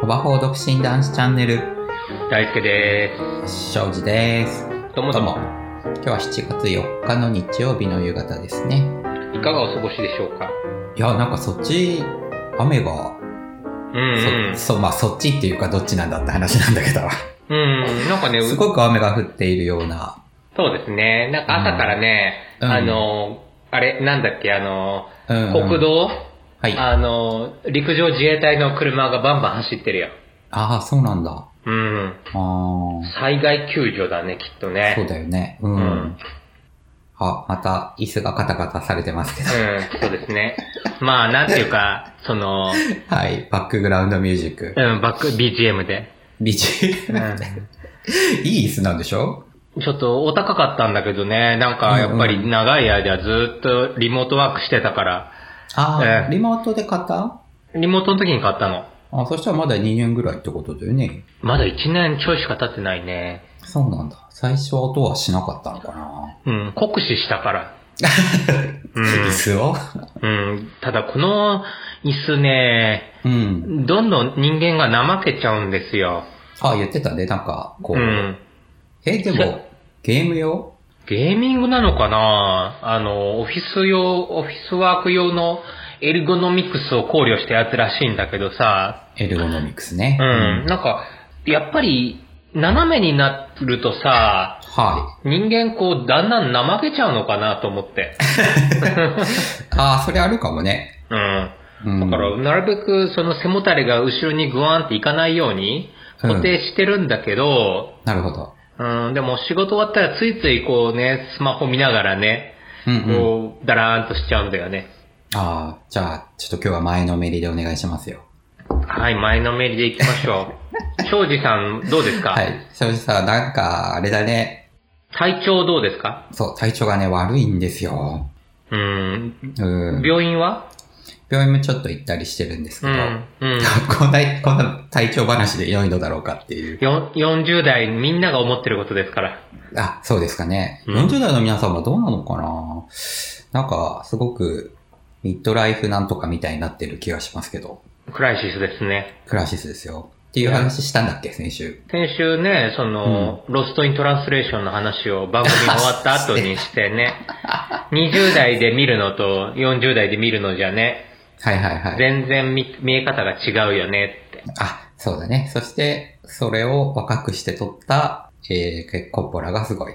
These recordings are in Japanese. コバホー独身男子チャンネル、大輔で庄司です。す。ともどとうもも、。今日は7月4日の日曜日の夕方ですね。いかがお過ごしでしょうかいや、なんかそっち、雨が、うんうんそ、そう、まあそっちっていうかどっちなんだって話なんだけど、うんうん。なんかね、うすごく雨が降っているような、そうですね。なんか朝からね、うんあの、あれ、なんだっけ、あの、うんうん国道、はい。ああの、陸上自衛隊の車がバンバン走ってるよ。あー、そうなんだ。あうん。あ、そ災害救助だね、きっとね。うだよね。うん。うんあ、また椅子がカタカタされてますけど。うん、そうですね。まあ、なんていうか、その、はい。バックグラウンドミュージック。うん、バック、BGM で。ビチ。 いい椅子なんでしょちょっとお高かったんだけどね、なんかやっぱうんり長い間ずっとリモートワークしてたから、ああ、ええリモートで買ったリモートの時に買ったの。あそしたらまだ2年ぐらいってことだよね。まだ1年ちょいしか経ってないね。そうなんだ。最初は音はしなかったのかな、うん、酷使したから。 椅子をうん、うん、ただこの椅子ね、うん。どんどん人間が怠けちゃうんですよ。あ、言ってたね。なんか、こうう。ん。え、でも、ゲーム用ゲーミングなのかなあの、オフィス用、オフィスワーク用のエルゴノミクスを考慮したやつらしいんだけどさ、エルゴノミクスね。うん。。なんか、やっぱり、斜めになるとさ、は人間こう、だんだん怠けちゃうのかなと思って。い。ああ、それあるかもね。うん。うん。だから、なるべく、その背もたれが後ろにグワンっていかないように、固定してるんだけど、なるほど。うん、でも仕事終わったらついついこうね、スマホ見ながらね、うん、うん。こう、だらーんとしちゃうんだよね。ああ、じゃあ、ちょっと今日は前のめりでお願いしますよ。はい、前のめりで行きましょう。 庄司さん、どうですか、はい。正直さ、なんか、あれだね。体調どうですかそう、体調がね、悪いんですよ。うん。うん。病院は病院もちょっと行ったりしてるんですけうど、ん。うん。 こんな、こんな体調話で良いのだろうかっていう。よ40代みんなが思ってることですから。あ、そうですかね。うん40代の皆さんはどうなのかななんか、すごく、ミッドライフなんとかみたいになってる気がしますけど、クライシスですね。クラシスですよ。っていう話したんだっけ、先週。先週ね、その、ロストイントランスレーションの話を番組終わった後にして ね、20代で見るのと40代で見るのじゃね、はいはいはい。全然見見え方が違うよねって。あ、そうだね。そして、それを若くして撮った、えー、コッポラがすごい。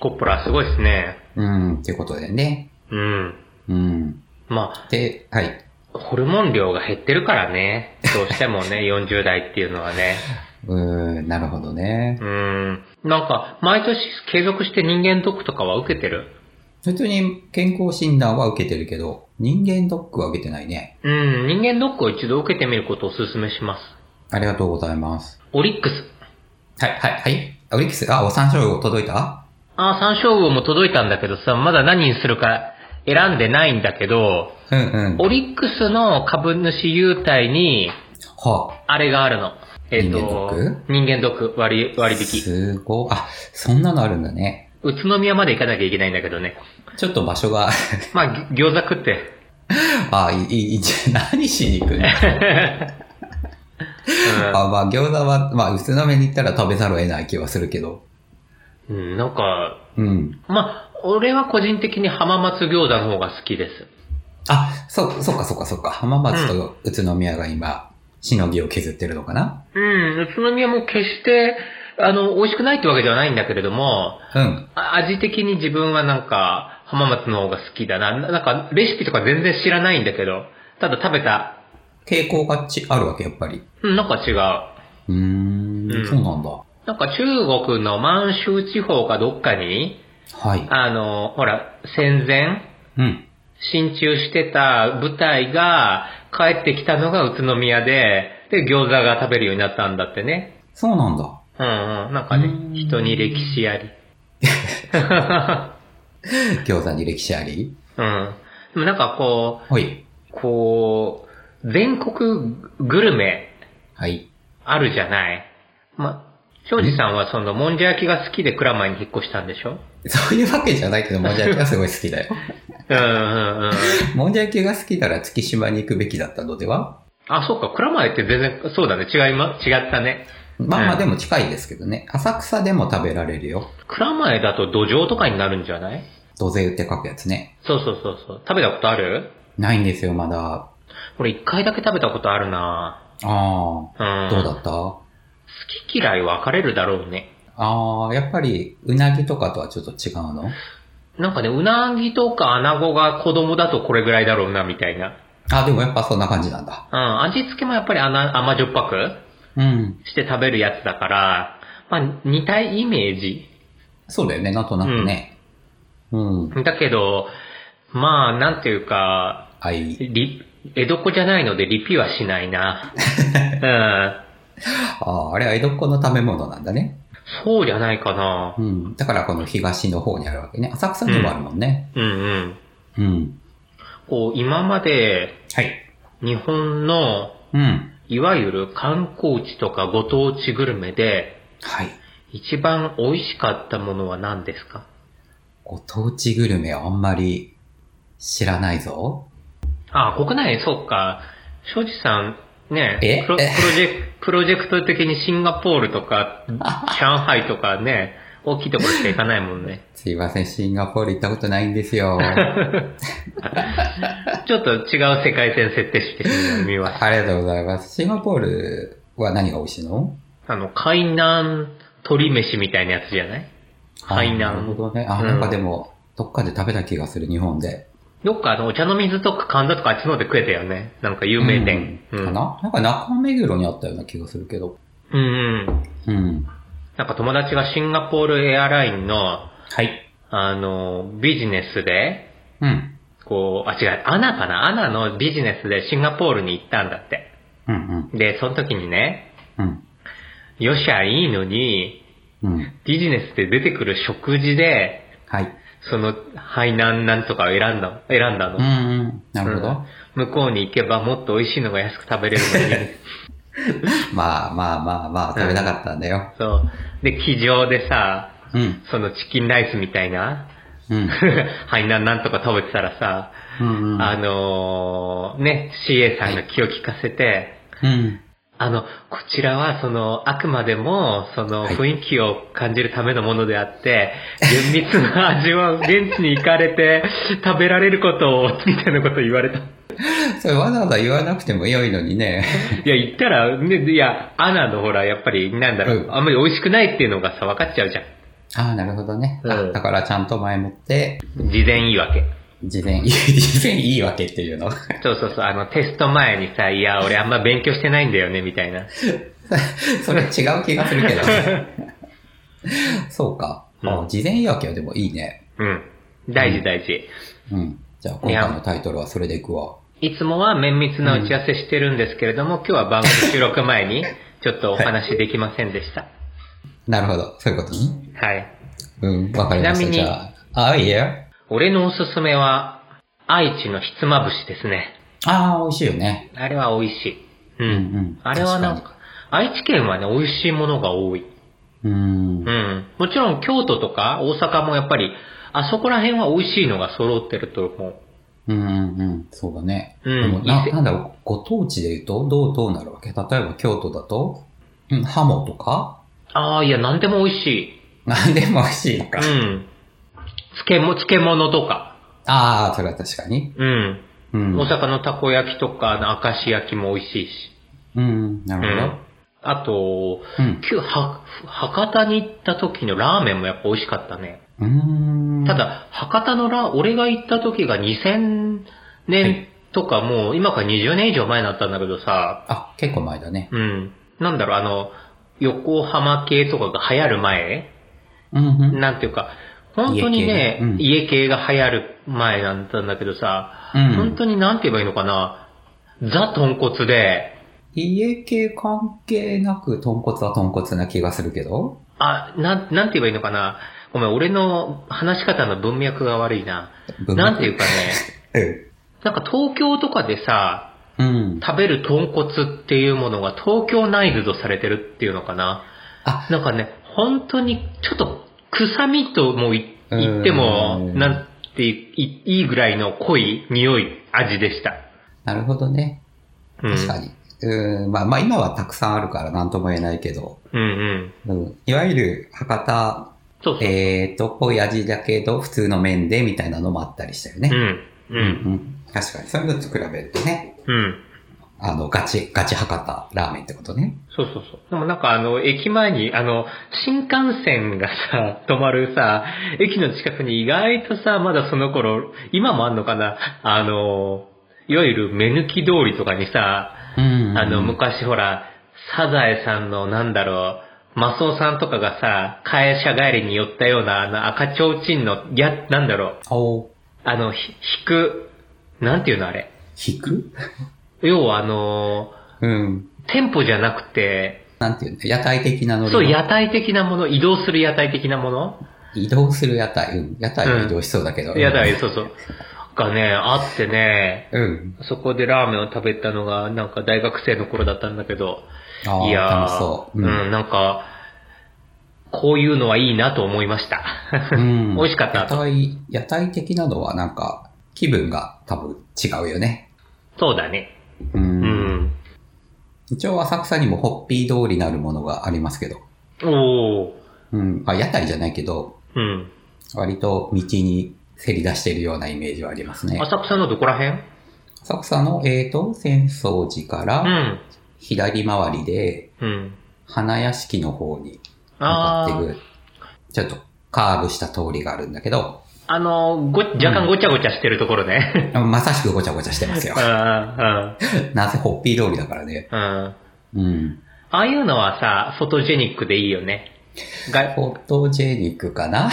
コッポラすごいですね。うん、っていうことでね。うん。うん。まあ、で、はい。ホルモン量が減ってるからね、どうしても ね、40代っていうのはね。うーん、なるほどね。うん。なんか、毎年継続して人間ドックとかは受けてる普通に健康診断は受けてるけど、人間ドックは受けてないね。うん、人間ドックを一度受けてみることをお勧めします。ありがとうございます。オリックス。はい、はい、はい。オリックス、あ、お山椒魚届いたああ、山椒魚も届いたんだけどさ、まだ何にするか選んでないんだけど、うんうん。オリックスの株主優待に、はあれがあるの。えっ、人間ドとッ、人間ドック割割あ、引。すごい。あ、そんなのあるんだね。宇都宮まで行かなきゃいけないんだけどね。ちょっと場所が、まあ、ぎ餃子食って。あ、いい、 いい、じゃあ何しに行くのあ、まあ餃子は、まあ宇都宮に行ったら食べざるを得ない気はするけど。うん、うんなんか、うん。まあ、俺は個人的に浜松餃子の方が好きです。あ、そう、そうかそうかそうか。浜松と宇都宮が今、しのぎを削ってるのかなうん、宇都宮も決して、あの、美味しくないってわけではないんだけれども、うん。あ味的に自分はなんか、浜松の方が好きだな。ななんか、レシピとか全然知らないんだけど、ただ食べた、傾向がち、あるわけ、やっぱり。うん、なんか違う。うーんうんそうなんだ。なんか中国の満州地方かどっかに、はい。あの、ほら、戦前、うん。進駐してた部隊が帰ってきたのが宇都宮で、で、餃子が食べるようになったんだってね。そうなんだ。うんうん、なんかねうん、人に歴史あり。餃子に歴史ありうん。でもなんかこほい。う、こう、全国グルメはい。あるじゃない。ま、庄司さんはその、もんじゃ焼きが好きで蔵前に引っ越したんでしょそういうわけじゃないけど、もんじゃ焼きがすごい好きだよ。うんうんうん。もんじゃ焼きが好きなら月島に行くべきだったのではあ、そっか、蔵前って全然、そうだね、違いま、違ったね。まあまうあんでも近いですけどね。浅草でも食べられるよ。蔵前だと土壌とかになるんじゃない土税って書くやつね。そうそうそうそう。食べたことあるないんですよ、まだ。俺一回だけ食べたことあるなあうん。あ、どうだった好き嫌い分かれるだろうね。ああ、やっぱり、うなぎとかとはちょっと違うのなんかね、うなぎとかアナゴが子供だとこれぐらいだろうな、みたいな。あ、でもやっぱそんな感じなんだ。うん、味付けもやっぱり甘甘じょっぱくうん。して食べるやつだから、まあ、似たイメージ。そうだよね、なんとなくね。うん。だけど、まあ、なんていうか、はい。り、江戸っ子じゃないのでリピはしないな。うん。ああ、あれは江戸っ子の食べ物なんだね。そうじゃないかな。うん。だからこの東の方にあるわけね。浅草にもあるもんね。うんうん。うん。こう、今まではい。日本の、うん。いわゆる観光地とかご当地グルメで、はい。一番美味しかったものは何ですかご当地グルメはあんまり知らないぞ。あ国内、そうか。庄司さん、えねプロプロジェク、プロジェクト的にシンガポールと か、上海とかね、大きいところしか行かないもんね。すいません、シンガポール行ったことないんです よ。ちょっと違う世界線設定してみましありがとうございます。シンガポールは何が美味しいのた。あの、海南鶏飯みたいなやつじゃない海南あなるほどね。あ、うんなんかでも、どっかで食べた気がする、日本で。どっかあの、お茶の水とか神田とかあっちの方で食えたよね。なんか有名店。ううんん。かななんか中目黒にあったような気がするけど。うんうん。うん。なんか友達がシンガポールエアラインの、はい。あの、ビジネスで、うん。こう、あ、違う、アナかなアナのビジネスでシンガポールに行ったんだって。うんうん。で、その時にね、うん。よっしゃ、いいのに、うん。ビジネスで出てくる食事で、はい。その、海南なんとかを選んだ、選んだの。うんうん。なるほど。うん向こうに行けばもっと美味しいのが安く食べれる のに。まあまあまあまあ、食べたかったんだよ。そう。で、機上でさ、うん。そのチキンライスみたいな、 うん。海南なんとか食べてたらさ、うん。あのーね、CA さんが気を利かせて、うん。あの、こちらは、その、あくまでも、その、はい雰囲気を感じるためのものであって、厳密な味は現地に行かれて 食べられることを、みたいなこと言われた。いそれわざわざ言わなくても良いのにね。や、言ったら、ね、いや、アナのほら、やっぱり、なんだろう、うんあんまり美味しくないっていうのがさ、分かっちゃうじゃん。ああ、なるほどね。うんあだからちゃんと前もって、事前言い訳。事前、 事前いいわけっていうの。 そうそうそう、あの、テスト前にさ、いや、俺あんま勉強してないんだよね、みたいな。それ違う気がするけどね。 そうか。あうん事前言い訳はでもいいね。うん。大事大事。うん。じゃあ今回のタイトルはそれでいくわ。いつもは綿密な打ち合わせしてるんですけれども、今日は番組収録前 にちょっとお話しできませんでした。なるほど。そういうことね。はい。うん。わかりましちなみた。にじゃあ。あ、いいよ。俺のおすすめは、愛知のひつまぶしですね。ああ、美味しいよね。あれは美味しい。うん。うんうんあれはなんか、愛知県はね、美味しいものが多い。うーんう。ん。もちろん京都とか大阪もやっぱり、あそこら辺は美味しいのが揃ってると思う。うんうんうん。そうだね。うんでもないいなんだろう、ご当地で言うと、どうどうなるわけ例えば京都だと、うん、ハモとかああ、いや、なんでも美味しい。何でも美味しいのうか。ん。漬物、漬物とか。ああ、それは確かに。うん。うん。大阪のたこ焼きとか、あの明石焼きも美味しいし。うん、なうるん。あと、ほど。うん。旧は博多に行った時のラーメンもやっぱ美味しかったね。うーん。た、だ、博多のラー、俺が行った時が2000年とかもう、今から20年以上前になったんだけどさ、あ、結構前だね。うん。なんだろう、あの、横浜系とかが流行る前うん、うん。なんていうか、本当にね、家系ねうん家系が流行る前だったんだけどさ、うん本当になんて言えばいいのかな、ザ豚骨で、家系関係なく、豚骨は豚骨な気がするけど。あ、なん、なんて言えばいいのかな。ごめん、俺の話し方の文脈が悪いな。文脈なんていう かね、うん。なんか東京とかでさ、うん。食べる豚骨っていうものが東京内イズとされてるっていうのかな。あ、なんかね、本当にちょっと臭みともい言ってもう、んなんていいいいぐらいの濃い匂い、味でした。なるほどね。うん確かに。うん、まあ、まあ今はたくさんあるから何とも言えないけど、うんうん。うん、いわゆる博多、そうそう。えーと、っぽい味だけど、普通の麺でみたいなのもあったりしたよね。うん。うん。うん確かに。そういうのと比べるとね、うん。あの、ガチ、ガチ博多ラーメンってことね。そうそうそう。でもなんかあの、駅前に、あの、新幹線がさ、 止まるさ、駅の近くに意外とさ、まだその頃、今もあんのかな、あの、いわゆる目抜き通りとかにさ、うんあの、昔ほら、サザエさんのなんだろう、マスオさんとかがさ、会社帰りに寄ったような、あの、赤ちょうちんの、や、なんだろう、おあの、ひ引く、なんていうのあれ。引く要はあの、うん。店舗じゃなくて、なんていうの屋台的なノリのそう、屋台的なもの、移動する屋台的なもの、移動する屋台。うん。屋台は移動しそうだけど。うん屋台、。そうそう。がね、あってね、うん。そこでラーメンを食べたのが、なんか大学生の頃だったんだけど、ああ、いやー楽しそう。うん、うん。なんか、こういうのはいいなと思いました。 うん美味しかった屋台、屋台的なのはなんか、気分が多分違うよね。そうだね。う。うんん。一応浅草にもホッピー通りなるものがありますけど。おー。うん。まあ、屋台じゃないけど、うん。割と道にせり出しているようなイメージはありますね。浅草のどこら辺浅草の、えーと、浅草寺からうん。左回りで、うん。花屋敷の方に向かあっていー。く、ちょっとカーブした通りがあるんだけど、あの、ご、若干ごちゃごちゃしてるところね。まさしくごちゃごちゃしてますよ う。ん、 なぜホッピー通りだからね。うん、うん。うん。ああいうのはさ、フォトジェニックでいいよね。がフォトジェニックかな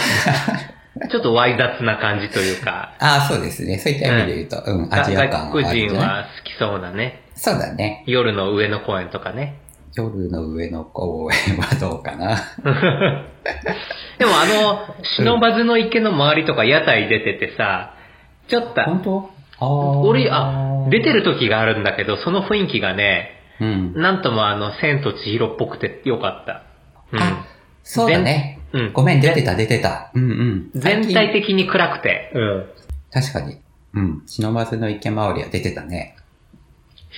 ちょっとわい雑な感じというか、ああ、そうですね。そういった 意味で言うと、うん、アジア感外があるん国じ人ゃないは好きそうなね。そうだね。夜の上野公園とかね。夜の上の公園はどうかな。でもあの、忍ばずの池の周りとか屋台出ててさ、ちょっと、本当ああ。俺、あ、出てる時があるんだけど、その雰囲気がね、うん。なんともあの、千と千尋っぽくてよかったあ。そうだね。うん。うん。ごめん、出てた、出てた。うんうん。全体最近的に暗くて、うん。確かに。うん。忍ばずの池周りは出てたね。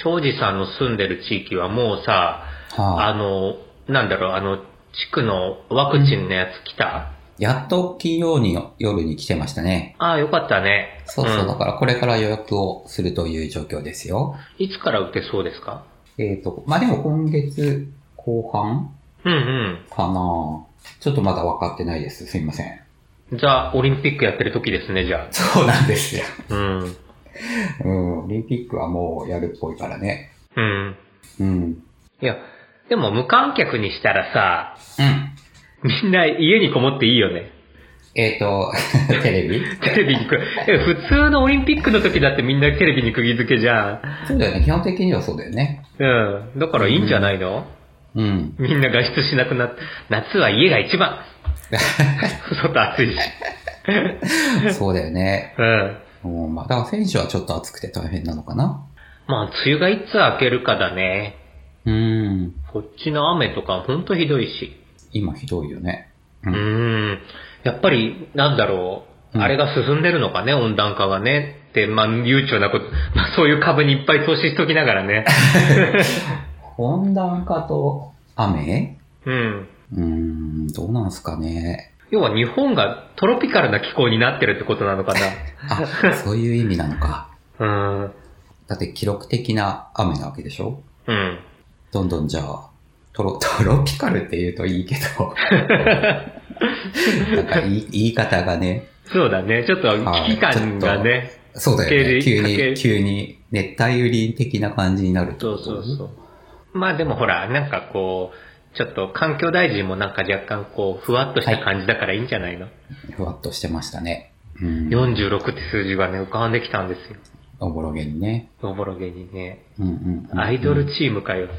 庄司さんの住んでる地域はもうさ、はあ、あの、なんだろう、あの、地区のワクチンのやつ来た、やっと金曜に夜に来てましたね。ああ、よかったね。そうそう、んだからこれから予約をするという状況ですよ。いつから打てそうですかえっ、と、まあ、でも今月後半うんかなちょっとまだ分かってないです。すいません。うん。ザ・オリンピックやってる時ですね、じゃそうなんですよ。あ。うん。 うん、オリンピックはもうやるっぽいからね。うん。うん。いや、でも無観客にしたらさ、うん。みんな家にこもっていいよね。えっ、と、 テレビテレビにく、え普通のオリンピックの時だってみんなテレビに釘付けじゃん。そうだよね。基本的にはそうだよね。うん。だからいいんじゃないの、うん。みんな外出しなくなって、夏は家が一 番。外暑いし。そうだよね。ううん。ん、まあ、だから選手はちょっと暑くて大変なのかな。まあ、梅雨がいつ明けるかだね。うん。こっちの雨とかほんとひどいし。今ひどいよね。ううーんん。やっぱり、なんだろうう。んあれが進んでるのかね、温暖化がね。って、まあ、悠長なこと、 まあ、そういう株にいっぱい投資しときなが らね。温暖化と雨うん。うん、どうなんすかね。要は日本がトロピカルな気候になってるってことな のかあ、そういう意味なのか。な。うーん。だって記録的な雨なわけでしょうん。どんどんじゃあ、トロ、 トロピカルって言うといいけ ど。なんか言い言い方がね。そうだね。ちょっとはい危機感がね。そうだよね。家急計家計に、急に熱帯雨林的な感じになるってそこうとそうそう。まあでもほら、なんかこう、ちょっと環境大臣もなんか若干こう、ふわっとした感じだからいいんじゃないの、ふわっとしてましたね。うん。 ?46 って数字がね、浮かんできたんですよ。おぼろげにね。おぼろげにね。うんうんうんアイドルチームかよって。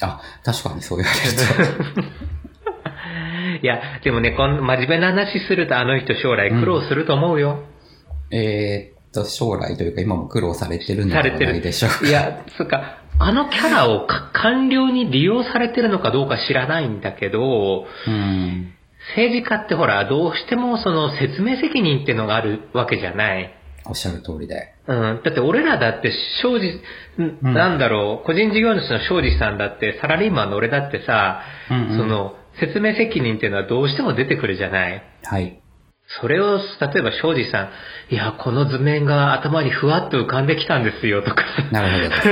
あ、確かにそう言われる と。いや、でもね、こん真面目な話するとあの人将来苦労すると思うよ。えーっと、将来というか今も苦労されてるんじゃないでしょうか。いや、つうか、あのキャラをか官僚に利用されてるのかどうか知らないんだけど、うん。政治家ってほら、どうしてもその説明責任ってのがあるわけじゃない。あおっしゃる通りで。うん。だって俺らだって、庄司、んうんなんだろう、個人事業主の庄司さんだって、サラリーマンの俺だってさ、うんうんその、説明責任っていうのはどうしても出てくるじゃないはい。それを、例えば庄司さん、いや、この図面が頭にふわっと浮かんできたんですよ、とか。なるほどです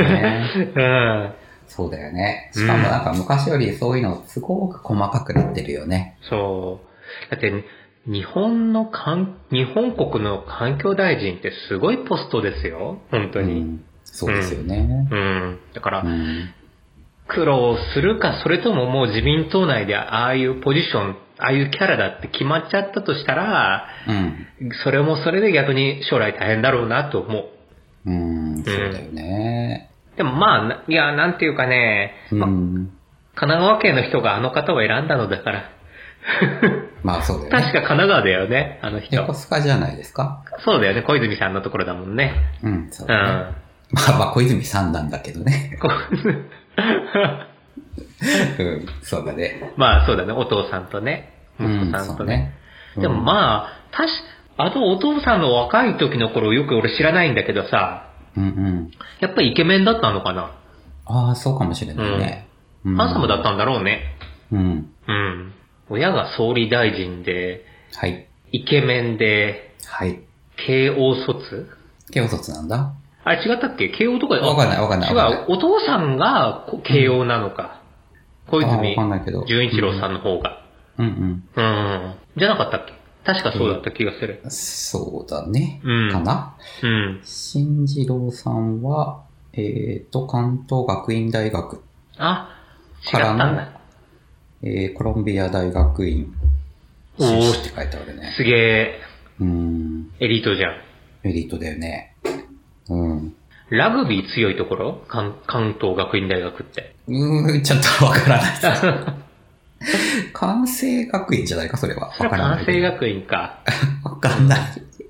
ね。 うん。そうだよね。しかもなんか昔よりそういうのすごく細かくなってるよね。そう。だって、日本のかん、日本国の環境大臣ってすごいポストですよ、本当うに。んそうですよね。うん。だから、うん苦労するか、それとももう自民党内でああいうポジション、ああいうキャラだって決まっちゃったとしたら、うん。それもそれで逆に将来大変だろうなと思う。うん。そうだよね。でもまあな、いや、なんていうかね、うん。神奈川県の人があの方を選んだのだから。まあそうだ確よかね。神奈川だよね、あの人。横須賀じゃないですか。そうだよね、小泉さんのところだもんね。うん、そううだね。ん。まあまあ小泉さんなんだけどね。 こうん、そうだね。 まあそうだね、お父さんとね、うん息子、さんそとうね。ね。うんでもまあ、確か、あのお父さんの若い時の頃よく俺知らないんだけどさ、うんうん。やっぱりイケメンだったのかな。ああ、そうかもしれないね。うんハンサムだったんだろうね。うん。うん。親が総理大臣で、はい。イケメンで、はい。慶応卒慶卒なんだ。あれ違ったっけ慶応とかわかんないわかんない違わかんなう、お父さんがこ慶応なのか。小ああわ泉かんないけど。純一郎さんの方が。うんうん。うん。じゃなかったっけ確かそうだった気がする。そうだね。うんかな。うん。新次郎さんは、えっ、と、関東学院大学、あ、違っかたらんのだ。えーコロンビア大学院、おー修士って書いてあるね。すげえ、うーん、エリートじゃん。エリートだよね。うん。ラグビー強いところ関関東学院大学って。うーん、ちょっとわからない。関西学院じゃないか、それは。わからな関い。西学院か。わかんない。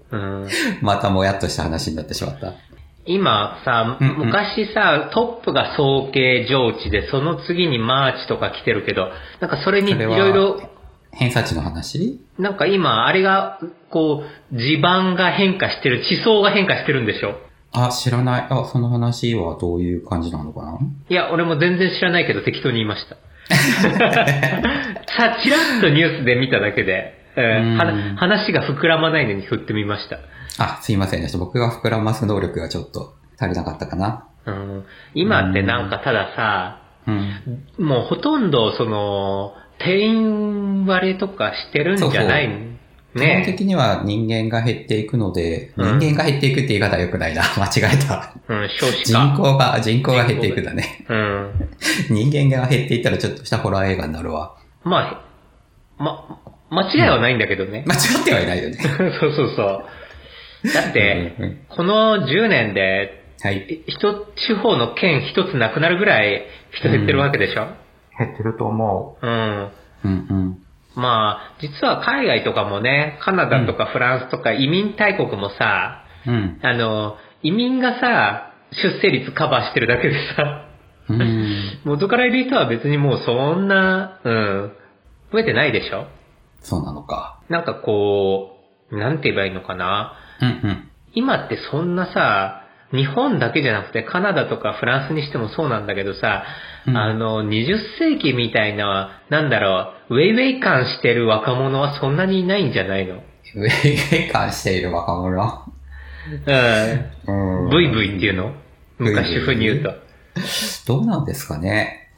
うん、またもやっとした話になってしまった。今さ、うんうん昔さ、トップが総計上智で、その次にマーチとか来てるけど、なんかそれにいそれはろいろ、偏差値の話なんか今、あれが、こう、地盤が変化してる、地層が変化してるんでしょあ、知らない。あ、その話はどういう感じなのかないや、俺も全然知らないけど適当に言いま した。さ、ちらっとニュースで見ただけで、えーうんは話が膨らまないのに振ってみました。あ、すいませんでした。僕が膨らます能力がちょっと足りなかったかな。うん、今ってなんかたださ、うん。もうほとんどその、定員割れとかしてるんじゃない基本ね的には人間が減っていくので、うん人間が減っていくって言い方は良くないな。 間違えた。うん、少子人化。口が、人口が減っていくだ ね。うん。人間が減っていったらちょっとしたホラー映画になるわ。まあ、ま、間違いはないんだけどね。間違ってはいないよね。 そうそうそう。だって、うんうんこの10年で、はい。え一、地方の県一つなくなるぐらい人減ってるわけでしょ、減ってると思うん、う。うんうん。まあ、実は海外とかもね、カナダとかフランスとか移民大国もさ、うん。あの、移民がさ、出生率カバーしてるだけでさ、 うん。元からいる人は別にもうそんな、うん、増えてないでしょそうなのか。なんかこう、なんて言えばいいのかなうんうん。今ってそんなさ、日本だけじゃなくてカナダとかフランスにしてもそうなんだけどさ、うんあの、20世紀みたいな、なんだろう、ウェイウェイ感してる若者はそんなにいないんじゃないのウェイウェイ感している若者。ううんん。ブイブイっていうの昔ブイブ風イに言うと。どうなんですかね。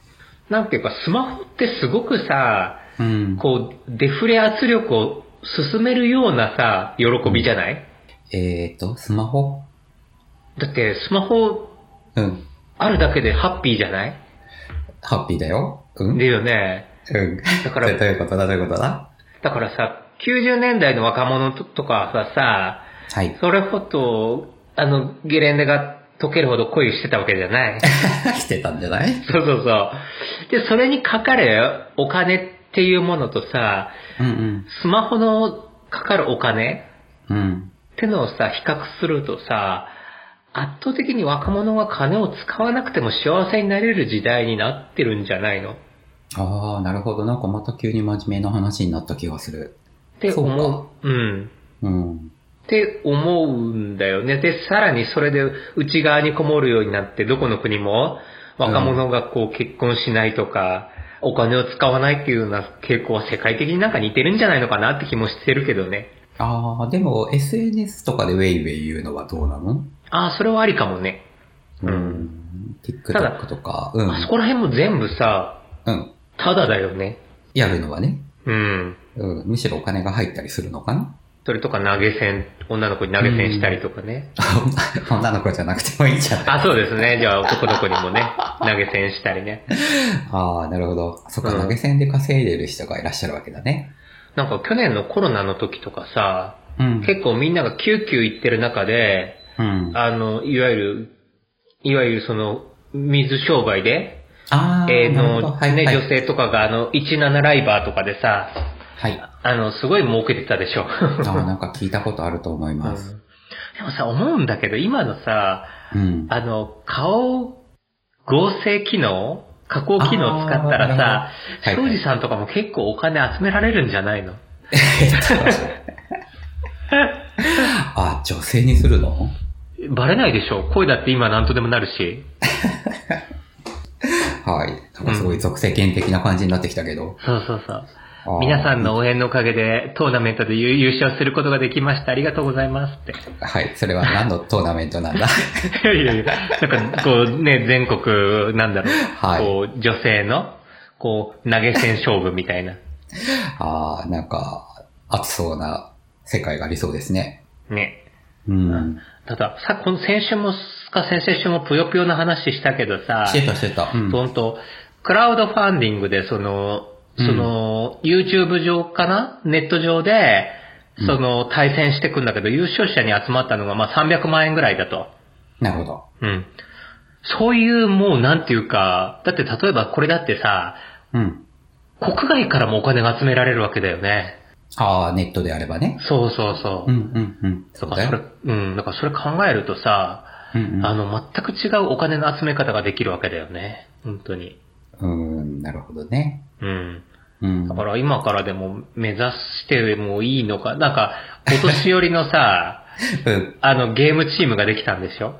なんていうか、スマホってすごくさ、うん。こう、デフレ圧力を進めるようなさ、喜びじゃないえーと、スマホだって、スマホうん。あるだけでハッピーじゃないハッピーだよ。うん。だよね。うん。だか どらういうことだ、どういうことだだからさ、90年代の若者ととかはさ、 はい。それほど、あの、ゲレンデが溶けるほど恋してたわけじゃない。 してたんじゃないそうそうそう。で、それにかかるお金っていうものとさ、うんスマホのかかるお金うん。うん。ってのをさ、比較するとさ、圧倒的に若者が金を使わなくても幸せになれる時代になってるんじゃないのっああ、なるほど。なんかまた急に真面目な話になった気がする。てそう思う。うん。うん。って思うんだよね。で、さらにそれで内側にこもるようになって、どこの国も若者がこう結婚しないとか、お金を使わないっていうような傾向は世界的になんか似てるんじゃないのかなって気もしてるけどね。ああ、でも SNS とかでウェイウェイ言うのはどうなのああ、それはありかもね。うん。ただ TikTok とか、うん。あそこら辺も全部さ、うん。ただだよね。やるのはね、うん。うん。むしろお金が入ったりするのか なそれとか投げ銭、女の子に投げ銭したりとかね。女の子じゃなくてもいいんじゃないあ、そうですね。じゃあ男の子にもね、投げ銭したりね。ああ、なるほど。そっか、うん投げ銭で稼いでる人がいらっしゃるわけだね。なんか去年のコロナの時とかさ、うん結構みんなが救急行ってる中で、うん。あの、いわゆる、いわゆるその、水商売で、あーえーなるほどの、はい、ね、はい。女性とかがあの、17ライバーとかでさ、はい。あの、すごい儲けてたでしょ。あーなんか聞いたことあると思いうんます。でもさ、思うんだけど、今のさ、うん。あの、顔合成機能加工機能を使ったらあーさ、なるほどはいはい庄司さんとかも結構お金集められるんじゃないの あ、女性にするのバレないでしょ声だって今何とでもなるし。はい。なんかすごい属性権的な感じになってきたけど。そうそうそう。あー皆さんの応援のおかげでトーナメントで優優勝することができました。ありがとうございますって。 はい。それは何のトーナメントなんだいやいやいや、なんかこうね、全国、なんだろう、はいこう女性の、こう、投げ銭勝負みたいな。ああ、なんか、熱そうな世界がありそうですね。ね。うん。ただ、さ、この先週も、か先々週もぷよぷよの話したけどさし、てたしてた。うん。ほんと、クラウドファンディングで、その、その、YouTube 上かなネット上で、その、対戦してくんだけど、優勝者に集まったのが、まあ、300万円ぐらいだと。なるほど。うん。そういう、もう、なんていうか、だって例えばこれだってさ、うん。国外からもお金が集められるわけだよね。ああ、ネットであればね。そうそうそうう。んうんうん。だそうかだらそよ。れ、うん、だからそれ考えるとさ、うんうんあの、全く違うお金の集め方ができるわけだよね。本当に。うん、なるほどね。うん。うん。だから今からでも目指してもいいのか。なんか、お年寄り のさ、うんあの、ゲームチームができたんでしょ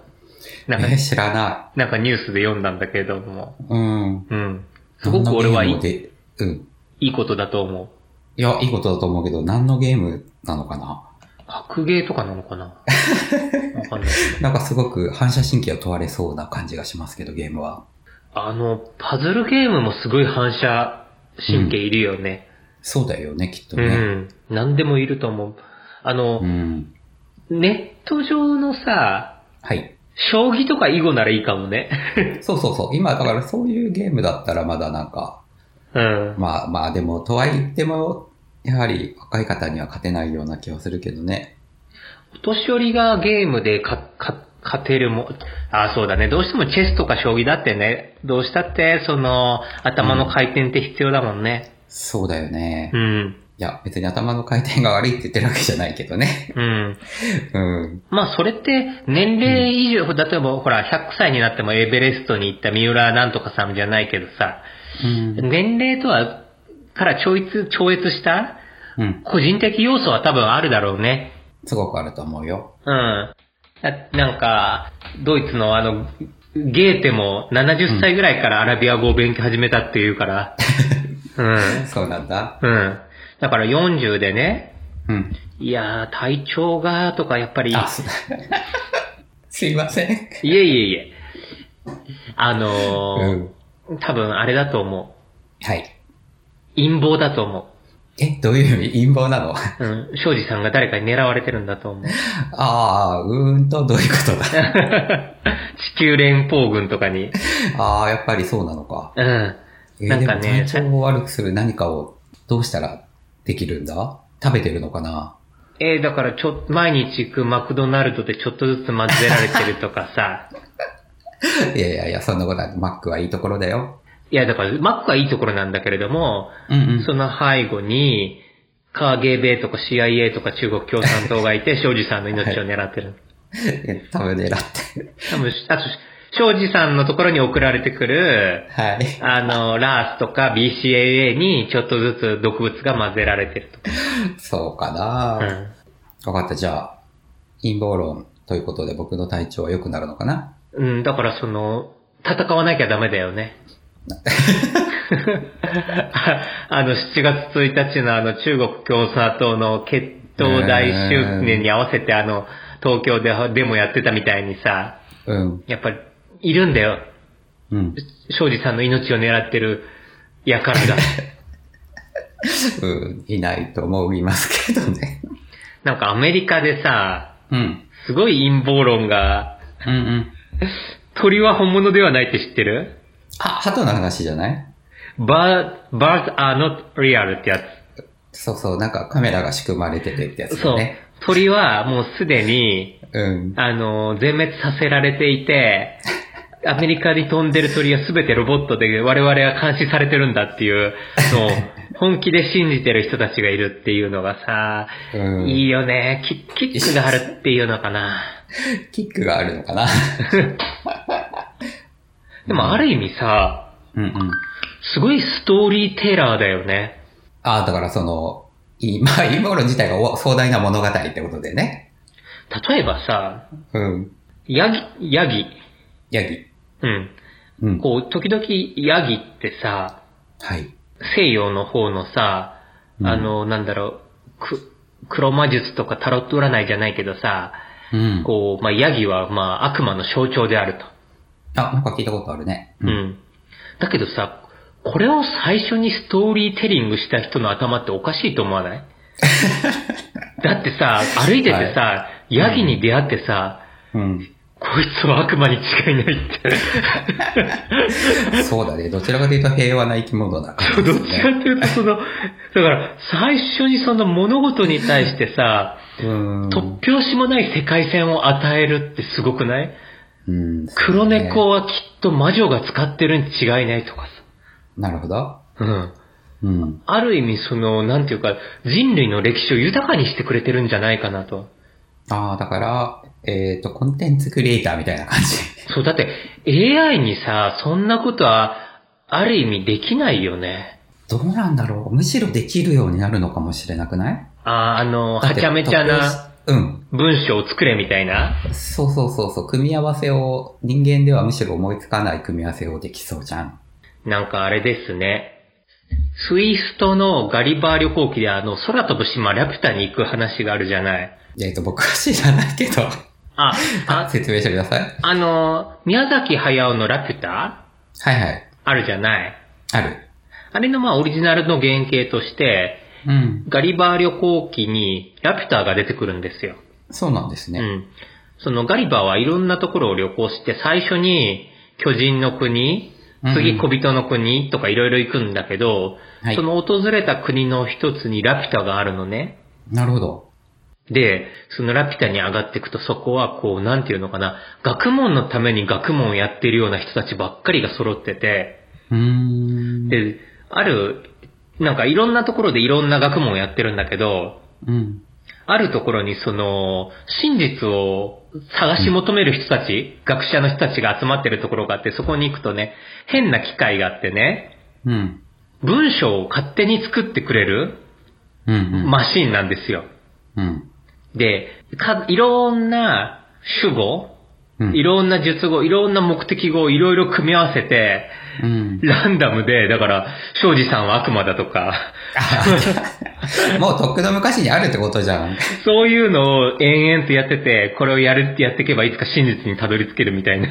なんか、えー知らななんかニュースで読んだんだけれども。い。うん。うん。すごく俺はい何のい、ゲームでうん。いいことだと思う。いや、いいことだと思うけど、何のゲームなのかな格ゲーとかなのかなわかんない。なんかすごく反射神経を問われそうな感じがしますけど、ゲームは。あの、パズルゲームもすごい反射神経いるよね。そうだよね、きっとうね。ん。何でもいると思う。あのう、ん。ネット上のさ、はい。将棋とか囲碁ならいいかもね。そうそうそう。今、だからそういうゲームだったらまだなんか、うん。まあまあでも、とはいっても、やはり若い方には勝てないような気はするけどね。お年寄りがゲームでか、か、勝てるもん、あ、そうだね。どうしてもチェスとか将棋だってね、どうしたって、その、頭の回転って必要だもんね。そうだよね。ういん。や、別に頭の回転が悪いって言ってるわけじゃないけどね。 うん。うん。まあ、それって、年齢以上、例えば、ほら、100歳になってもエベレストに行った三浦なんとかさんじゃないけどさ、うん。年齢とは、から超越、超越した、うん。個人的要素は多分あるだろうね。すごくあると思うよ。うん。ななんか、ドイツのあの、ゲーテも70歳ぐらいからアラビア語を勉強始めたっていう から。うん。そうなんだ。うん。だから40でね、うん。いやー、体調が、とかやっぱり、いあ、す すいません。えいえいえ。あのん。ー多分あれだと思はい。う。陰謀だと思え、どういう意味陰謀なの あう。うん。庄司さんが誰かに狙われてるんだと思う。あ、うーんと、どういうことだ。 地球連邦軍とかに。ああ、やっぱりそうなのか。うん。えーなんでかもね体調を悪くする何かをどうしたらできるんだ食べてるのかな えー、だからちょ、毎日行くマクドナルドでちょっとずつ混ぜられてるとかさ。 いやいやいや、そんなことは、マックはいいところだよ。いや、だから、マックはいいところなんだけれども、うん うん。その背後に、カーゲーベーとか CIA とか中国共産党が いて、庄司さんの命を狙ってる。え多分狙って。 多分、あと、庄司さんのところに送られてくる、はい。あの、ラースとか BCAA にちょっとずつ毒物が混ぜられてるとか。そうかうな、ん。わかった。じゃあ、陰謀論ということで僕の体調は良くなるのかなうん、だからその、戦わなきゃダメだよ ね。あの、7月1日のあの、中国共産党の決闘大周年に合わせてあの、東京でデモやってたみたいにさ、うん。やっぱり、いるんだよ。 うん。庄司さんの命を狙ってる輩 が。うん、いないと思いますけどね。なんかアメリカでさ、うん。すごい陰謀論が、うんうん。鳥は本物ではないって知ってるあ、鳩の話じゃないバー、バー are not real ってやつ。そうそう、なんかカメラが仕組まれててってやつだそうよね。。鳥はもうすでに、うん。あの、全滅させられて いて、アメリカに飛んでる鳥は全てロボットで我々は監視されてるんだっていう のを本気で信じてる人たちがいるっていうのがさ、うん、いいよね。キキックがあるっていうのかな。キックがあるのかな でもある意味さ、うんうん。すごいストーリーテラーだよね。ああ、だからその、い まあ、陰謀論自体がお壮大な物語ってことでね。例えばさ、うん。ヤギ、ヤギ。ヤギ。うん。うん。こう、時々ヤギってさ、はい。西洋の方のさ、あの、なんだろう、く、黒魔術とかタロット占いじゃないけどさ、うん。こう、まあ、ヤギは、まあ、悪魔の象徴であると。あ、なんか聞いたことあるね。うん。。だけどさ、これを最初にストーリーテリングした人の頭っておかしいと思わ ないだってさ、歩いててさ、ヤギに出会ってさ、うん。こいつは悪魔に違いないって。そうだね。どちらかというと平和な生き物だから、ね。どっちかっていうと、その、だから、最初にその物事に対してさ、うん。突拍子もない世界線を与えるってすごくないうん。黒猫はきっと魔女が使ってるに違いないとかなるほど。さ。ううん。ん。ある意味、その、なんていうか、人類の歴史を豊かにしてくれてるんじゃないかなと。ああ、だから、えっ、と、コンテンツクリエイターみたいな感じ。そう、だって、AI にさ、そんなことは、ある意味できないよね。どうなんだろうむしろできるようになるのかもしれなくないあーあの、はちゃめちゃ。だなってうん。文章を作れみたいな。そうそうそうそう。組み合わせを、人間ではむしろ思いつかない組み合わせをできそうじゃん。なんかあれですね。スイストのガリバー旅行機であの空飛ぶ島ラピュタに行く話があるじゃない。えっ、と、僕は知らないけど、あ、あ、説明してください。あの、宮崎駿のラピュタはいはい。あるじゃない。ある。あれのまあオリジナルの原型として、うん。ガリバー旅行機にラピュタが出てくるんですよ。そうなんですうね。ん。そのガリバーはいろんなところを旅行して、最初に巨人の国、次小人の国とかいろいろ行くんだけど、はいその訪れた国の一つにラピュタがあるのね。なるほど。で、そのラピュタに上がっていくとそこはこう、なんていうのかな、学問のために学問をやってるような人たちばっかりが揃ってて、うーん。で、ある、なんかいろんなところでいろんな学問をやってるんだけど、うん。あるところにその、真実を探し求める人たち、学者の人たちが集まってるところがあって、そこに行くとね、変な機械があってね、うん。文章を勝手に作ってくれるうん。うん。マシンなんですよ。うん。で、かいろんな主語、うん。いろんな術語、いろんな目的語をいろいろ組み合わせて、うん。 ランダムで、だから、庄司さんは悪魔だとか、もうとっくの昔にあるってことじゃん。そういうのを延々とやってて、これをやるってやっていけばいつか真実にたどり着けるみたいな。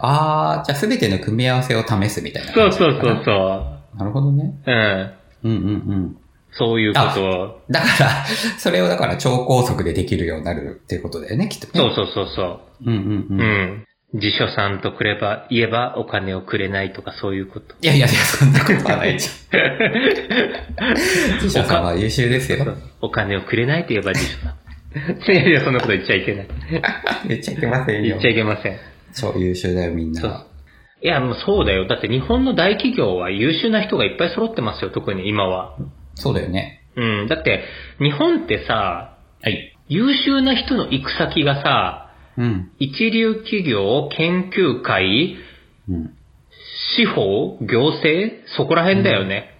あー、じゃあすべての組み合わせを試すみたいなそ感うじそうそうう。そなるほどね。う。ううん。んうんうん。そういうことを。だから、 それをだから超高速でできるようになるっていうことだよね、きっとね。。そうそうそうそうんうう。んううん。ん。辞書さんとくれば、言えばお金をくれないとかそういうこと。いやいやいや、そんなことはないじ ゃん。辞書さんは優秀ですよ。お金をくれないと言えば辞書さん。 いやいや、そんなこと言っちゃいけない。言っちゃいけません言よっちゃ。いけません。超優秀だよ、みんそうな。いや、もうそうだよ。だって日本の大企業は優秀な人がいっぱい揃ってますよ、特に今は。そうだよね。うん。だって、日本ってさ、はい。優秀な人の行く先がさ、うん。一流企業、研究会、うん。司法、行政、そこら辺だよね。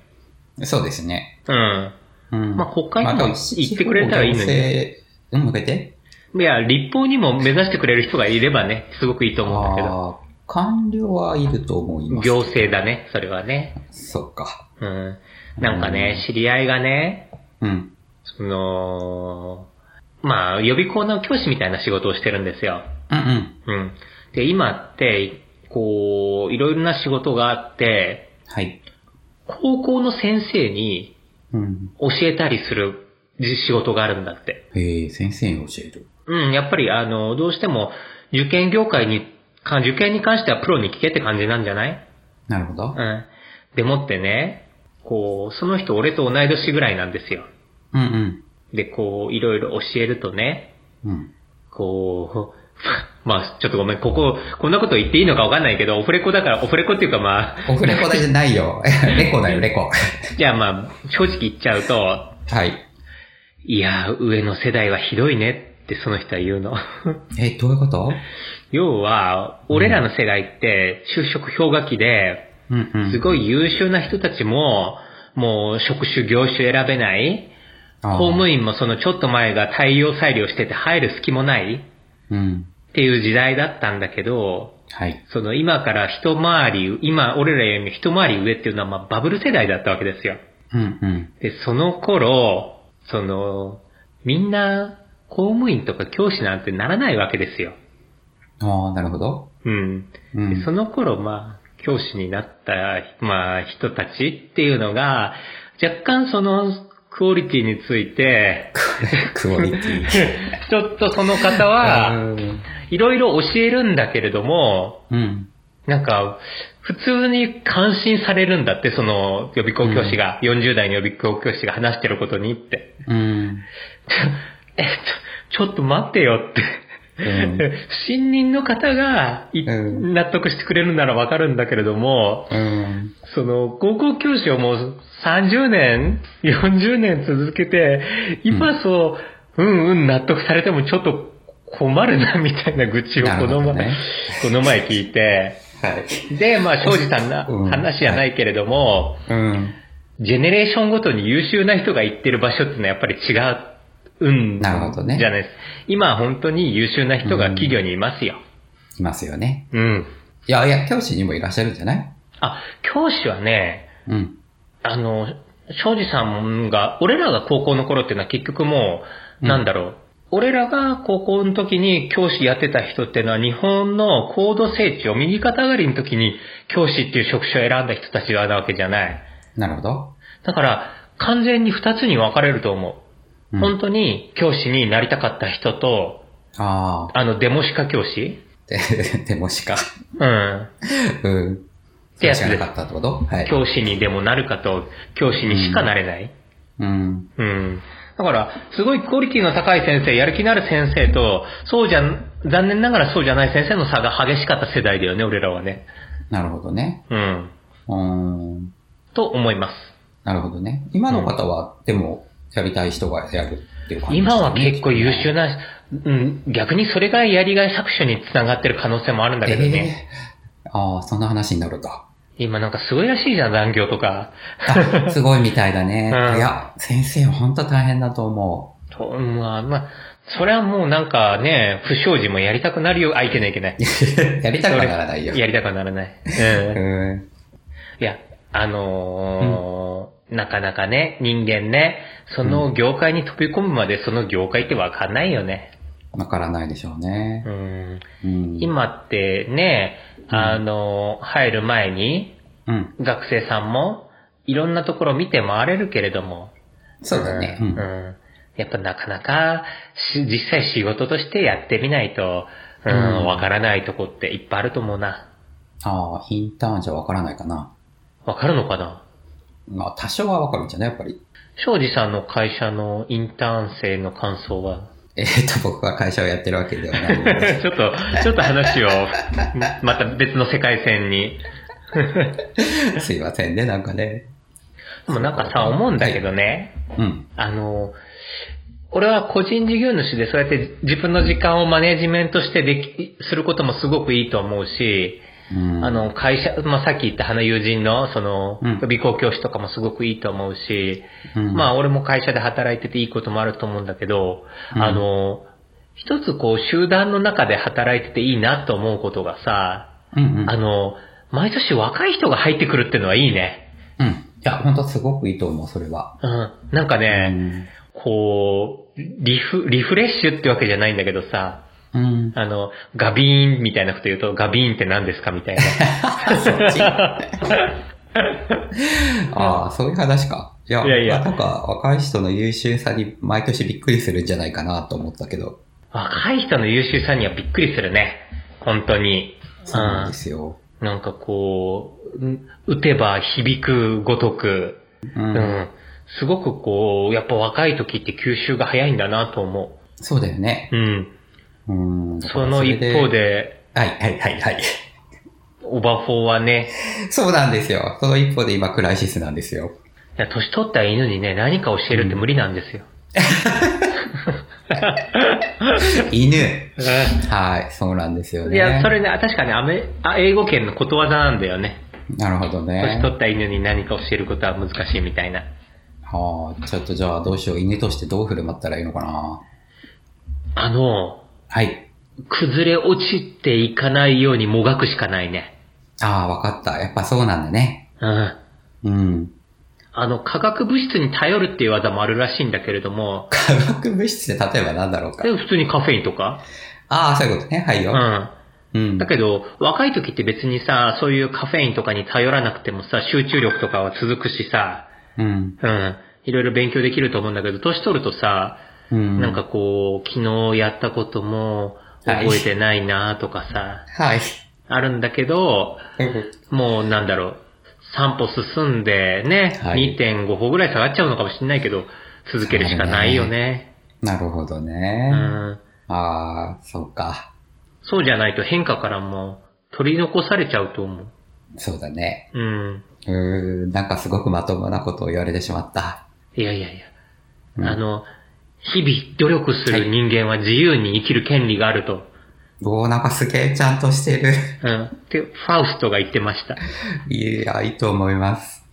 そうですね。うん。うん。まあ国会にもまあ行ってくれたらいいのに地方行政うん、向けていや、立法にも目指してくれる人がいればね、すごくいいと思うんだけど。ああ、官僚はいると思います。行政だね、それはね。そっか。うん。なんかね、知り合いがね、うん。その、まあ、予備校の教師みたいな仕事をしてるんですよ。うんうん。うん。で、今って、こう、いろいろな仕事があって、はい。高校の先生にうん。教えたりする仕事があるんだって。へえ、先生に教える。うん、やっぱり、あの、どうしても、受験業界に、か受験に関してはプロに聞けって感じなんじゃないなるほど。うん。でもってね、こう、その人俺と同い年ぐらいなんですよ。うんうん。で、こう、いろいろ教えるとね、うん。こう、 まあ、ちょっとごめん、ここ、こんなこと言っていいのかわかんないけど、オフレコだから、オフレコっていうかまあ、オフレコだけじゃない よ。レコだよ、レコ。じゃあまあ、正直言っちゃうと、はい。いやー、上の世代はひどいねってその人は言うの。 え、どういうこと要は、俺らの世代って就職氷河期で、うんうすごい優秀な人たちも、もう職種業種選べない、公務員。員もそのちょっと前が大量裁量してて入る隙もないうん。っていう時代だったんだけど、はい。その今から一回り、今俺らより一回り上っていうのはまあバブル世代だったわけですよ。うんうん。で、その頃、その、みんな公務員とか教師なんてならないわけですよ。ああ、なるほど。うん。うでんそ。の頃、まあ、教師になった、まあ、人たちっていうのが、若干そのクオリティについ て、 クオリティ。ちょっとその方は、いろいろ教えるんだけれども、うん。なんか、普通に感心されるんだって、その予備校教師が、40代の予備校教師が話してることにって。うん。えっと、ちょっと待ってよっうて。ん 新任の方がい、うん納得してくれるならわかるんだけれども、うん。その、高校教師をもう30年、40年続けて、今そう、うん、うん納得されてもちょっと困るな、みたいな愚痴をなこるほのど前、ねこの前聞いて、はい。で、まあ、庄司さんなうん話じゃないけれども、うん。ジェネレーションごとに優秀な人が行ってる場所ってのはやっぱり違う、うん、なるほどねじゃないです。今は本当に優秀な人が企業にいますよ。いますよね。うん。いやいや、教師にもいらっしゃるんじゃないあ、教師はね、うん。あの、庄司さんが、俺らが高校の頃っていうのは結局もうう、んなんだろう。俺らが高校の時に教師やってた人っていうのは日本の高度成長、右肩上がりの時に教師っていう職種を選んだ人たちなわけじゃない。なるほど。だから、完全に二つに分かれると思う。うん本当に教師になりたかった人と、ああ。あの、デモ歯科教師で、で もしか。うん。うん。てやつそうでじすゃなかったってことはい。教師にでもなるかと、教師にしかなれない。うん。うん。だから、すごいクオリティの高い先生、やる気のある先生と、そうじゃん、残念ながらそうじゃない先生の差が激しかった世代だよね、俺らはね。なるほどね。うん。うーん。と思います。なるほどね。今の方は、でも、やりたい人がやるっていう感じ、今は結構優秀な、うん、逆にそれがやりがい搾取につながってる可能性もあるんだけどね。ええああ、そんな話になると。 今なんかすごいらしいじゃん、残業とか。あすごいみたいだね。うんいや、先生本当大変だと思とまあ、まあ、それはもうなんかね、不祥事もやりたくなるよ。あ、いけないいけない。う。やりたくはならないよ。やりたくはなら ない。ううん。ん。いや、あのーなかなかね、人間ね、その業界に飛び込むまでその業界ってわかんないよね。わからないでしょうねう。ん。うん。今ってね、あのー入る前に、うん。学生さんも、いろんなところ見て回れるけれども、そうだね。ううんん。うんやっぱなかなかし、実際仕事としてやってみないと、う、うんんわからないとこっていっぱいあると思うな。ああ、インターンじゃわからないかな。わかるのかなまあ、多少はわかるんじゃないやっぱり。庄司さんの会社のインターン生の感想はえっ、と、僕が会社をやってるわけではないの ちょで。っと、ちょっと話を、また別の世界線に。すいませんね、なんかね。でもなんかさ、思うんだけどね、うん。あの、俺は個人事業主でそうやって自分の時間をマネジメントしてでき、することもすごくいいと思うし、うんあの、会社、まあ、さっき言った花友人の、そのうん、予備校教師とかもすごくいいと思うし、うんまあ、俺も会社で働いてていいこともあると思うんだけど、うんあの、一つこう、集団の中で働いてていいなと思うことがさ、うんうんあの、毎年若い人が入ってくるってのはいいね。うん。いや、本当すごくいいと思う、それは。うん。なんかね、こう、リフ、リフレッシュってわけじゃないんだけどさ、うん。うん。あの、ガビーンみたいなこと言うと、ガビーンって何ですかみたいな。そっち。ああ、そういう話か。いや、いやいやなんか若い人の優秀さに毎年びっくりするんじゃないかなと思ったけど、 若い人の優秀さにはびっくりするね。本当に。そうなんですよ。うん。なんかこう、ん打てば響くごとく、う。うんん。すごくこう、やっぱ若い時って吸収が早いんだなと思そうだよね。う。うん。うん。だかそらのれ一方。で、はい、はい、はい、はい。オバフォーはね、そうなんですよ。その一方で今クライシスなんですよ。いや年取った犬にね、何か教えるって無理なんですよ。犬。うはい、そうなんですよんね。いや、それね、確かね、アメあ英語圏のことわざなんだよね。なるほど年ね。取った犬に何か教えることは難しいみたいな。はあ、ちょっとじゃあどうしよう。犬としてどう振る舞ったらいいのかな。あの、はい。崩れ落ちていかないようにもがくしかないね。ああ、わかった。やっぱそうなんだね。うん。うん。あの、化学物質に頼るっていう技もあるらしいんだけれども、化学物質で例えば何だろうかで。普通にカフェインとかああ、そういうことね。はいよ。ううんん。だけど、若い時って別にさ、そういうカフェインとかに頼らなくてもさ、集中力とかは続くしさ、うん。うん。いろいろ勉強できると思うんだけど、年取るとさ、うん。なんか。こう、昨日やったことも覚えてないなとかさ、はい。 あるんだけど、もうなんだろう、3歩進んでね、はい2.5歩ぐらい下がっちゃうのかもしれないけど、続けるしかないよね。なるほどうね。ん、ああ、そうか。そうじゃないと変化からも取り残されちゃうと思う。そうだね。うん。うーん、なんかすごくまともなことを言われてしまった。いやいやいや。うんあの、日々努力する人間は自由に生きる権利があると。おお、なんかすげえちゃんとしてる。 うん。って、ファウストが言ってました。いや、いいと思います。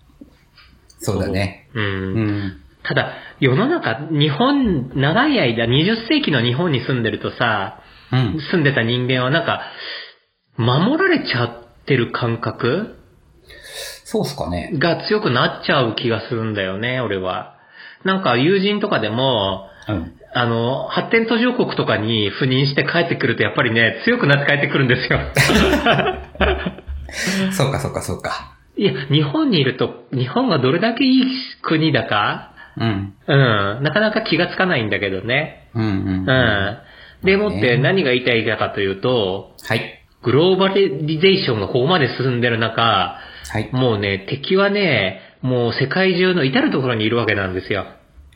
そうだね。う。うんん。ただ、世の中、日本、長い間、20世紀の日本に住んでるとさ、うん。住んでた人間はなんか、守られちゃってる感覚そうっすかね。が強くなっちゃう気がするんだよね、俺は。なんか友人とかでも、うん。あの、発展途上国とかに赴任して帰ってくるとやっぱりね、強くなって帰ってくるん ですよ。そうか、そうか、そうか。いや、日本にいると、日本がどれだけいい国だかうん。うん、なかなか気がつかないんだけどね。うん、うん。うん。でもっねて何が言いたいかというと、はい。グローバリゼーションがここまで進んでる中、はい。もうね、敵はね、もう世界中の至るところにいるわけなんですよ。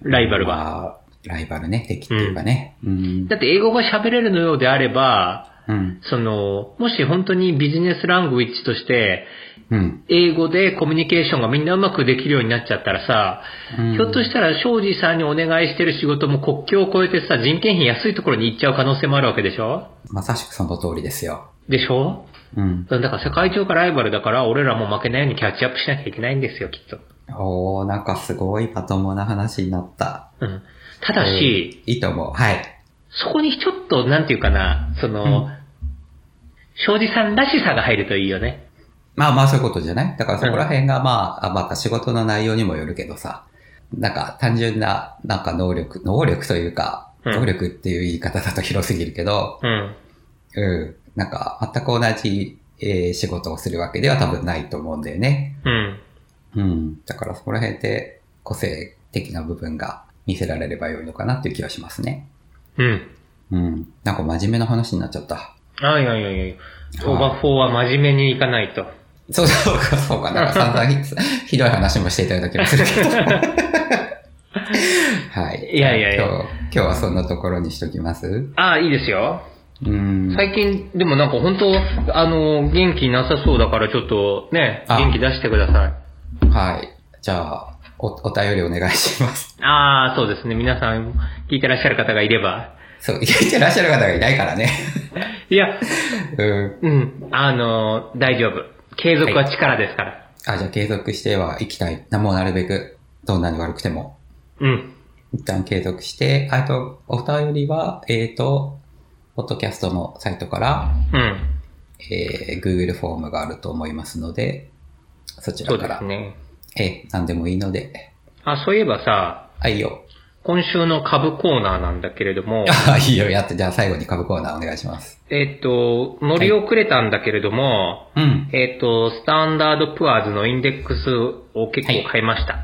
ライバルは。は。ライバルね、敵っていうかね。うん。だって英語が喋れるのようであれば、うん。その、もし本当にビジネスラングウィッチとして、うん。英語でコミュニケーションがみんなうまくできるようになっちゃったらさ、ひょっとしたら庄司さんにお願いしてる仕事も国境を越えてさ、人件費安いところに行っちゃう可能性もあるわけでしょまさしくその通りですよ。でしょうん。だから世界中がライバルだから、俺らも負けないようにキャッチアップしなきゃいけないんですよ、きっと。おー、なんかすごいまともな話になった。うん。ただし、うん、いいと思う。はい。そこにちょっと、なんていうかな、そうのん、庄司さんらしさが入るといいよね。まあまあそういうことじゃないだからそこら辺がまあ、あまた仕事の内容にもよるけどさ、なんか単純な、なんか能力、能力というか、うん能力っていう言い方だと広すぎるけど、うん。うん、なんか全く同じ、えー仕事をするわけでは多分ないと思うんだよね。うん。うん。だからそこら辺で個性的な部分が見せられればよいのかなっていう気がしますね。うん。うん。なんか真面目な話になっちゃった。あいやいやいやオーバーフォーは真面目にいかないと。そうそうか、そうか。なんか散々ひひどい話もしていただいた気がするけど。はい。いやいやいや今日、今日はそんなところにしときますああ、いいですよ。うん。最近、でもなんか本当、あの、元気なさそうだからちょっとね、あ元気出してください。はい。じゃあ、お、お便りお願いします。 ああ、そうですね。皆さん、聞いてらっしゃる方がいれば。そう、言ってらっしゃる方がいないからね。いや、うん。うん。あの、大丈夫。継続は力ですから。あ、じゃあ継続しては行きたい。なもうなるべく、どんなに悪くても。うん。一旦継続して、あと、お便りは、えっ、と、ポッドキャストのサイトから、うん。えー Google フォームがあると思いますので、そちらそうかですら、ね。えー何でもいいので、あ、そういえばさ、あ、いいよ。今週の株コーナーなんだけれども、あ、 いいよ、やって、じゃあ最後に株コーナーお願いします。えっと、乗り遅れたんだけれども、うん。えっと、スタンダードプアーズのインデックスを結構買いました。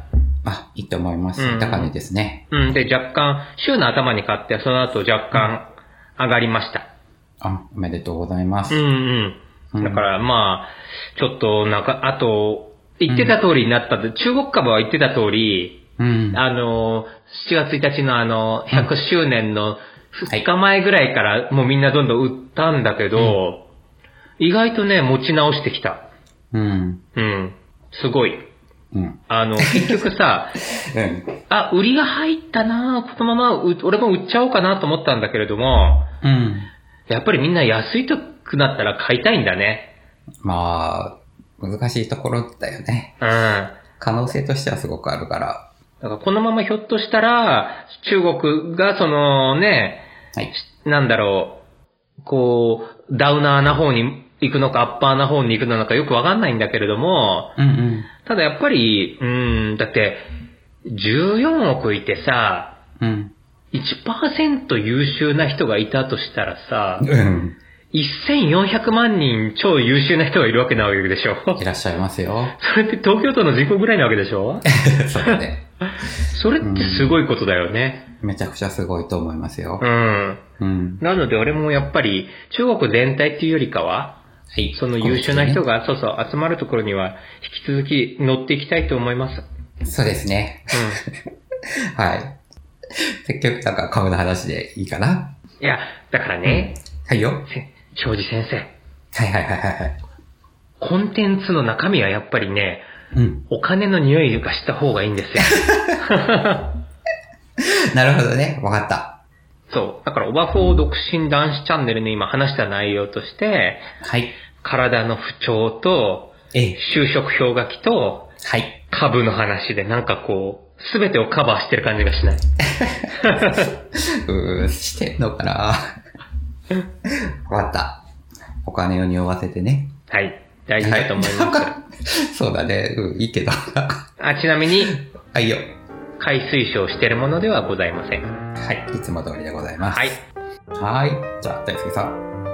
あ、いいと思いますうん。高値ですね。うん。で、若干、週の頭に買って、その後若干上がりました。あ、おめでとうございまうす。んううん。んだから、まあ、ちょっと、なんか、あと、言ってた通りになったと、中国株は言ってた通り、うん。あの、7月1日のあうの、ん100周年のい2日前ぐらいから、もうみんなどんどん売ったんだけど、意外とね、持ち直してきた。うん。うん。すごい。うん。あの、結局さ、うん。あ、売りが入ったなぁこのままう、俺も売っちゃおうかなと思ったんだけれども、うん。やっぱりみんな安いとくなったら買いたいんだね。まあ、難しいところだよね。うん。だ可能性としてはすごくあるから。からこのままひょっとしたら、中国がそのね、はい。なんだろう、こう、ダウナーな方に行くのか、アッパーな方に行くのかよくわかんないんだけれども、うんうん。ただやっぱり、うん、だって、14億いてさ、うん。 1%優秀な人がいたとしたらさ、うん。 1400万人超優秀な人がいるわけなわけでしょ いらっしゃいますよ。それって東京都の人口ぐらいなわけでしょそうだね。それってすごいことだよね。めちゃくちゃすごいと思いますよう。ん。うん。なので俺もやっぱり中国全体っていうよりかは、はいその優秀な人が、そうそう、集まるところには引き続き乗っていきたいと思います。そうですね。はい。結局、なんか株の話でいいかなうん。いや、だからね、はいよ。せ庄司先生、はいはいはいはいはい。コンテンツの中身はやっぱりね、うん。お金の匂いがした方がいいんですよ。なるほどね。わかった。そう。だから、オバフォー独身男子チャンネルの今話した内容として、はい。体の不調と、え、就職氷河期と、はい。株の話でなんかこう、すべてをカバーしてる感じがしない。うー、してんのかなわかった。お金を匂わせてね。はい。大事だと思います。す。そうだね。うん、い いけど。はあちなみに、いよ。買い推奨してるものではございません。はい。いつも通りでございます。はい。。はい。じゃあ、大輔さん、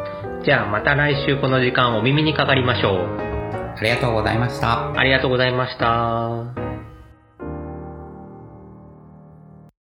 じゃあ、また来週この時間お耳にかかりましょう。ありがとうございました。ありがとうございました。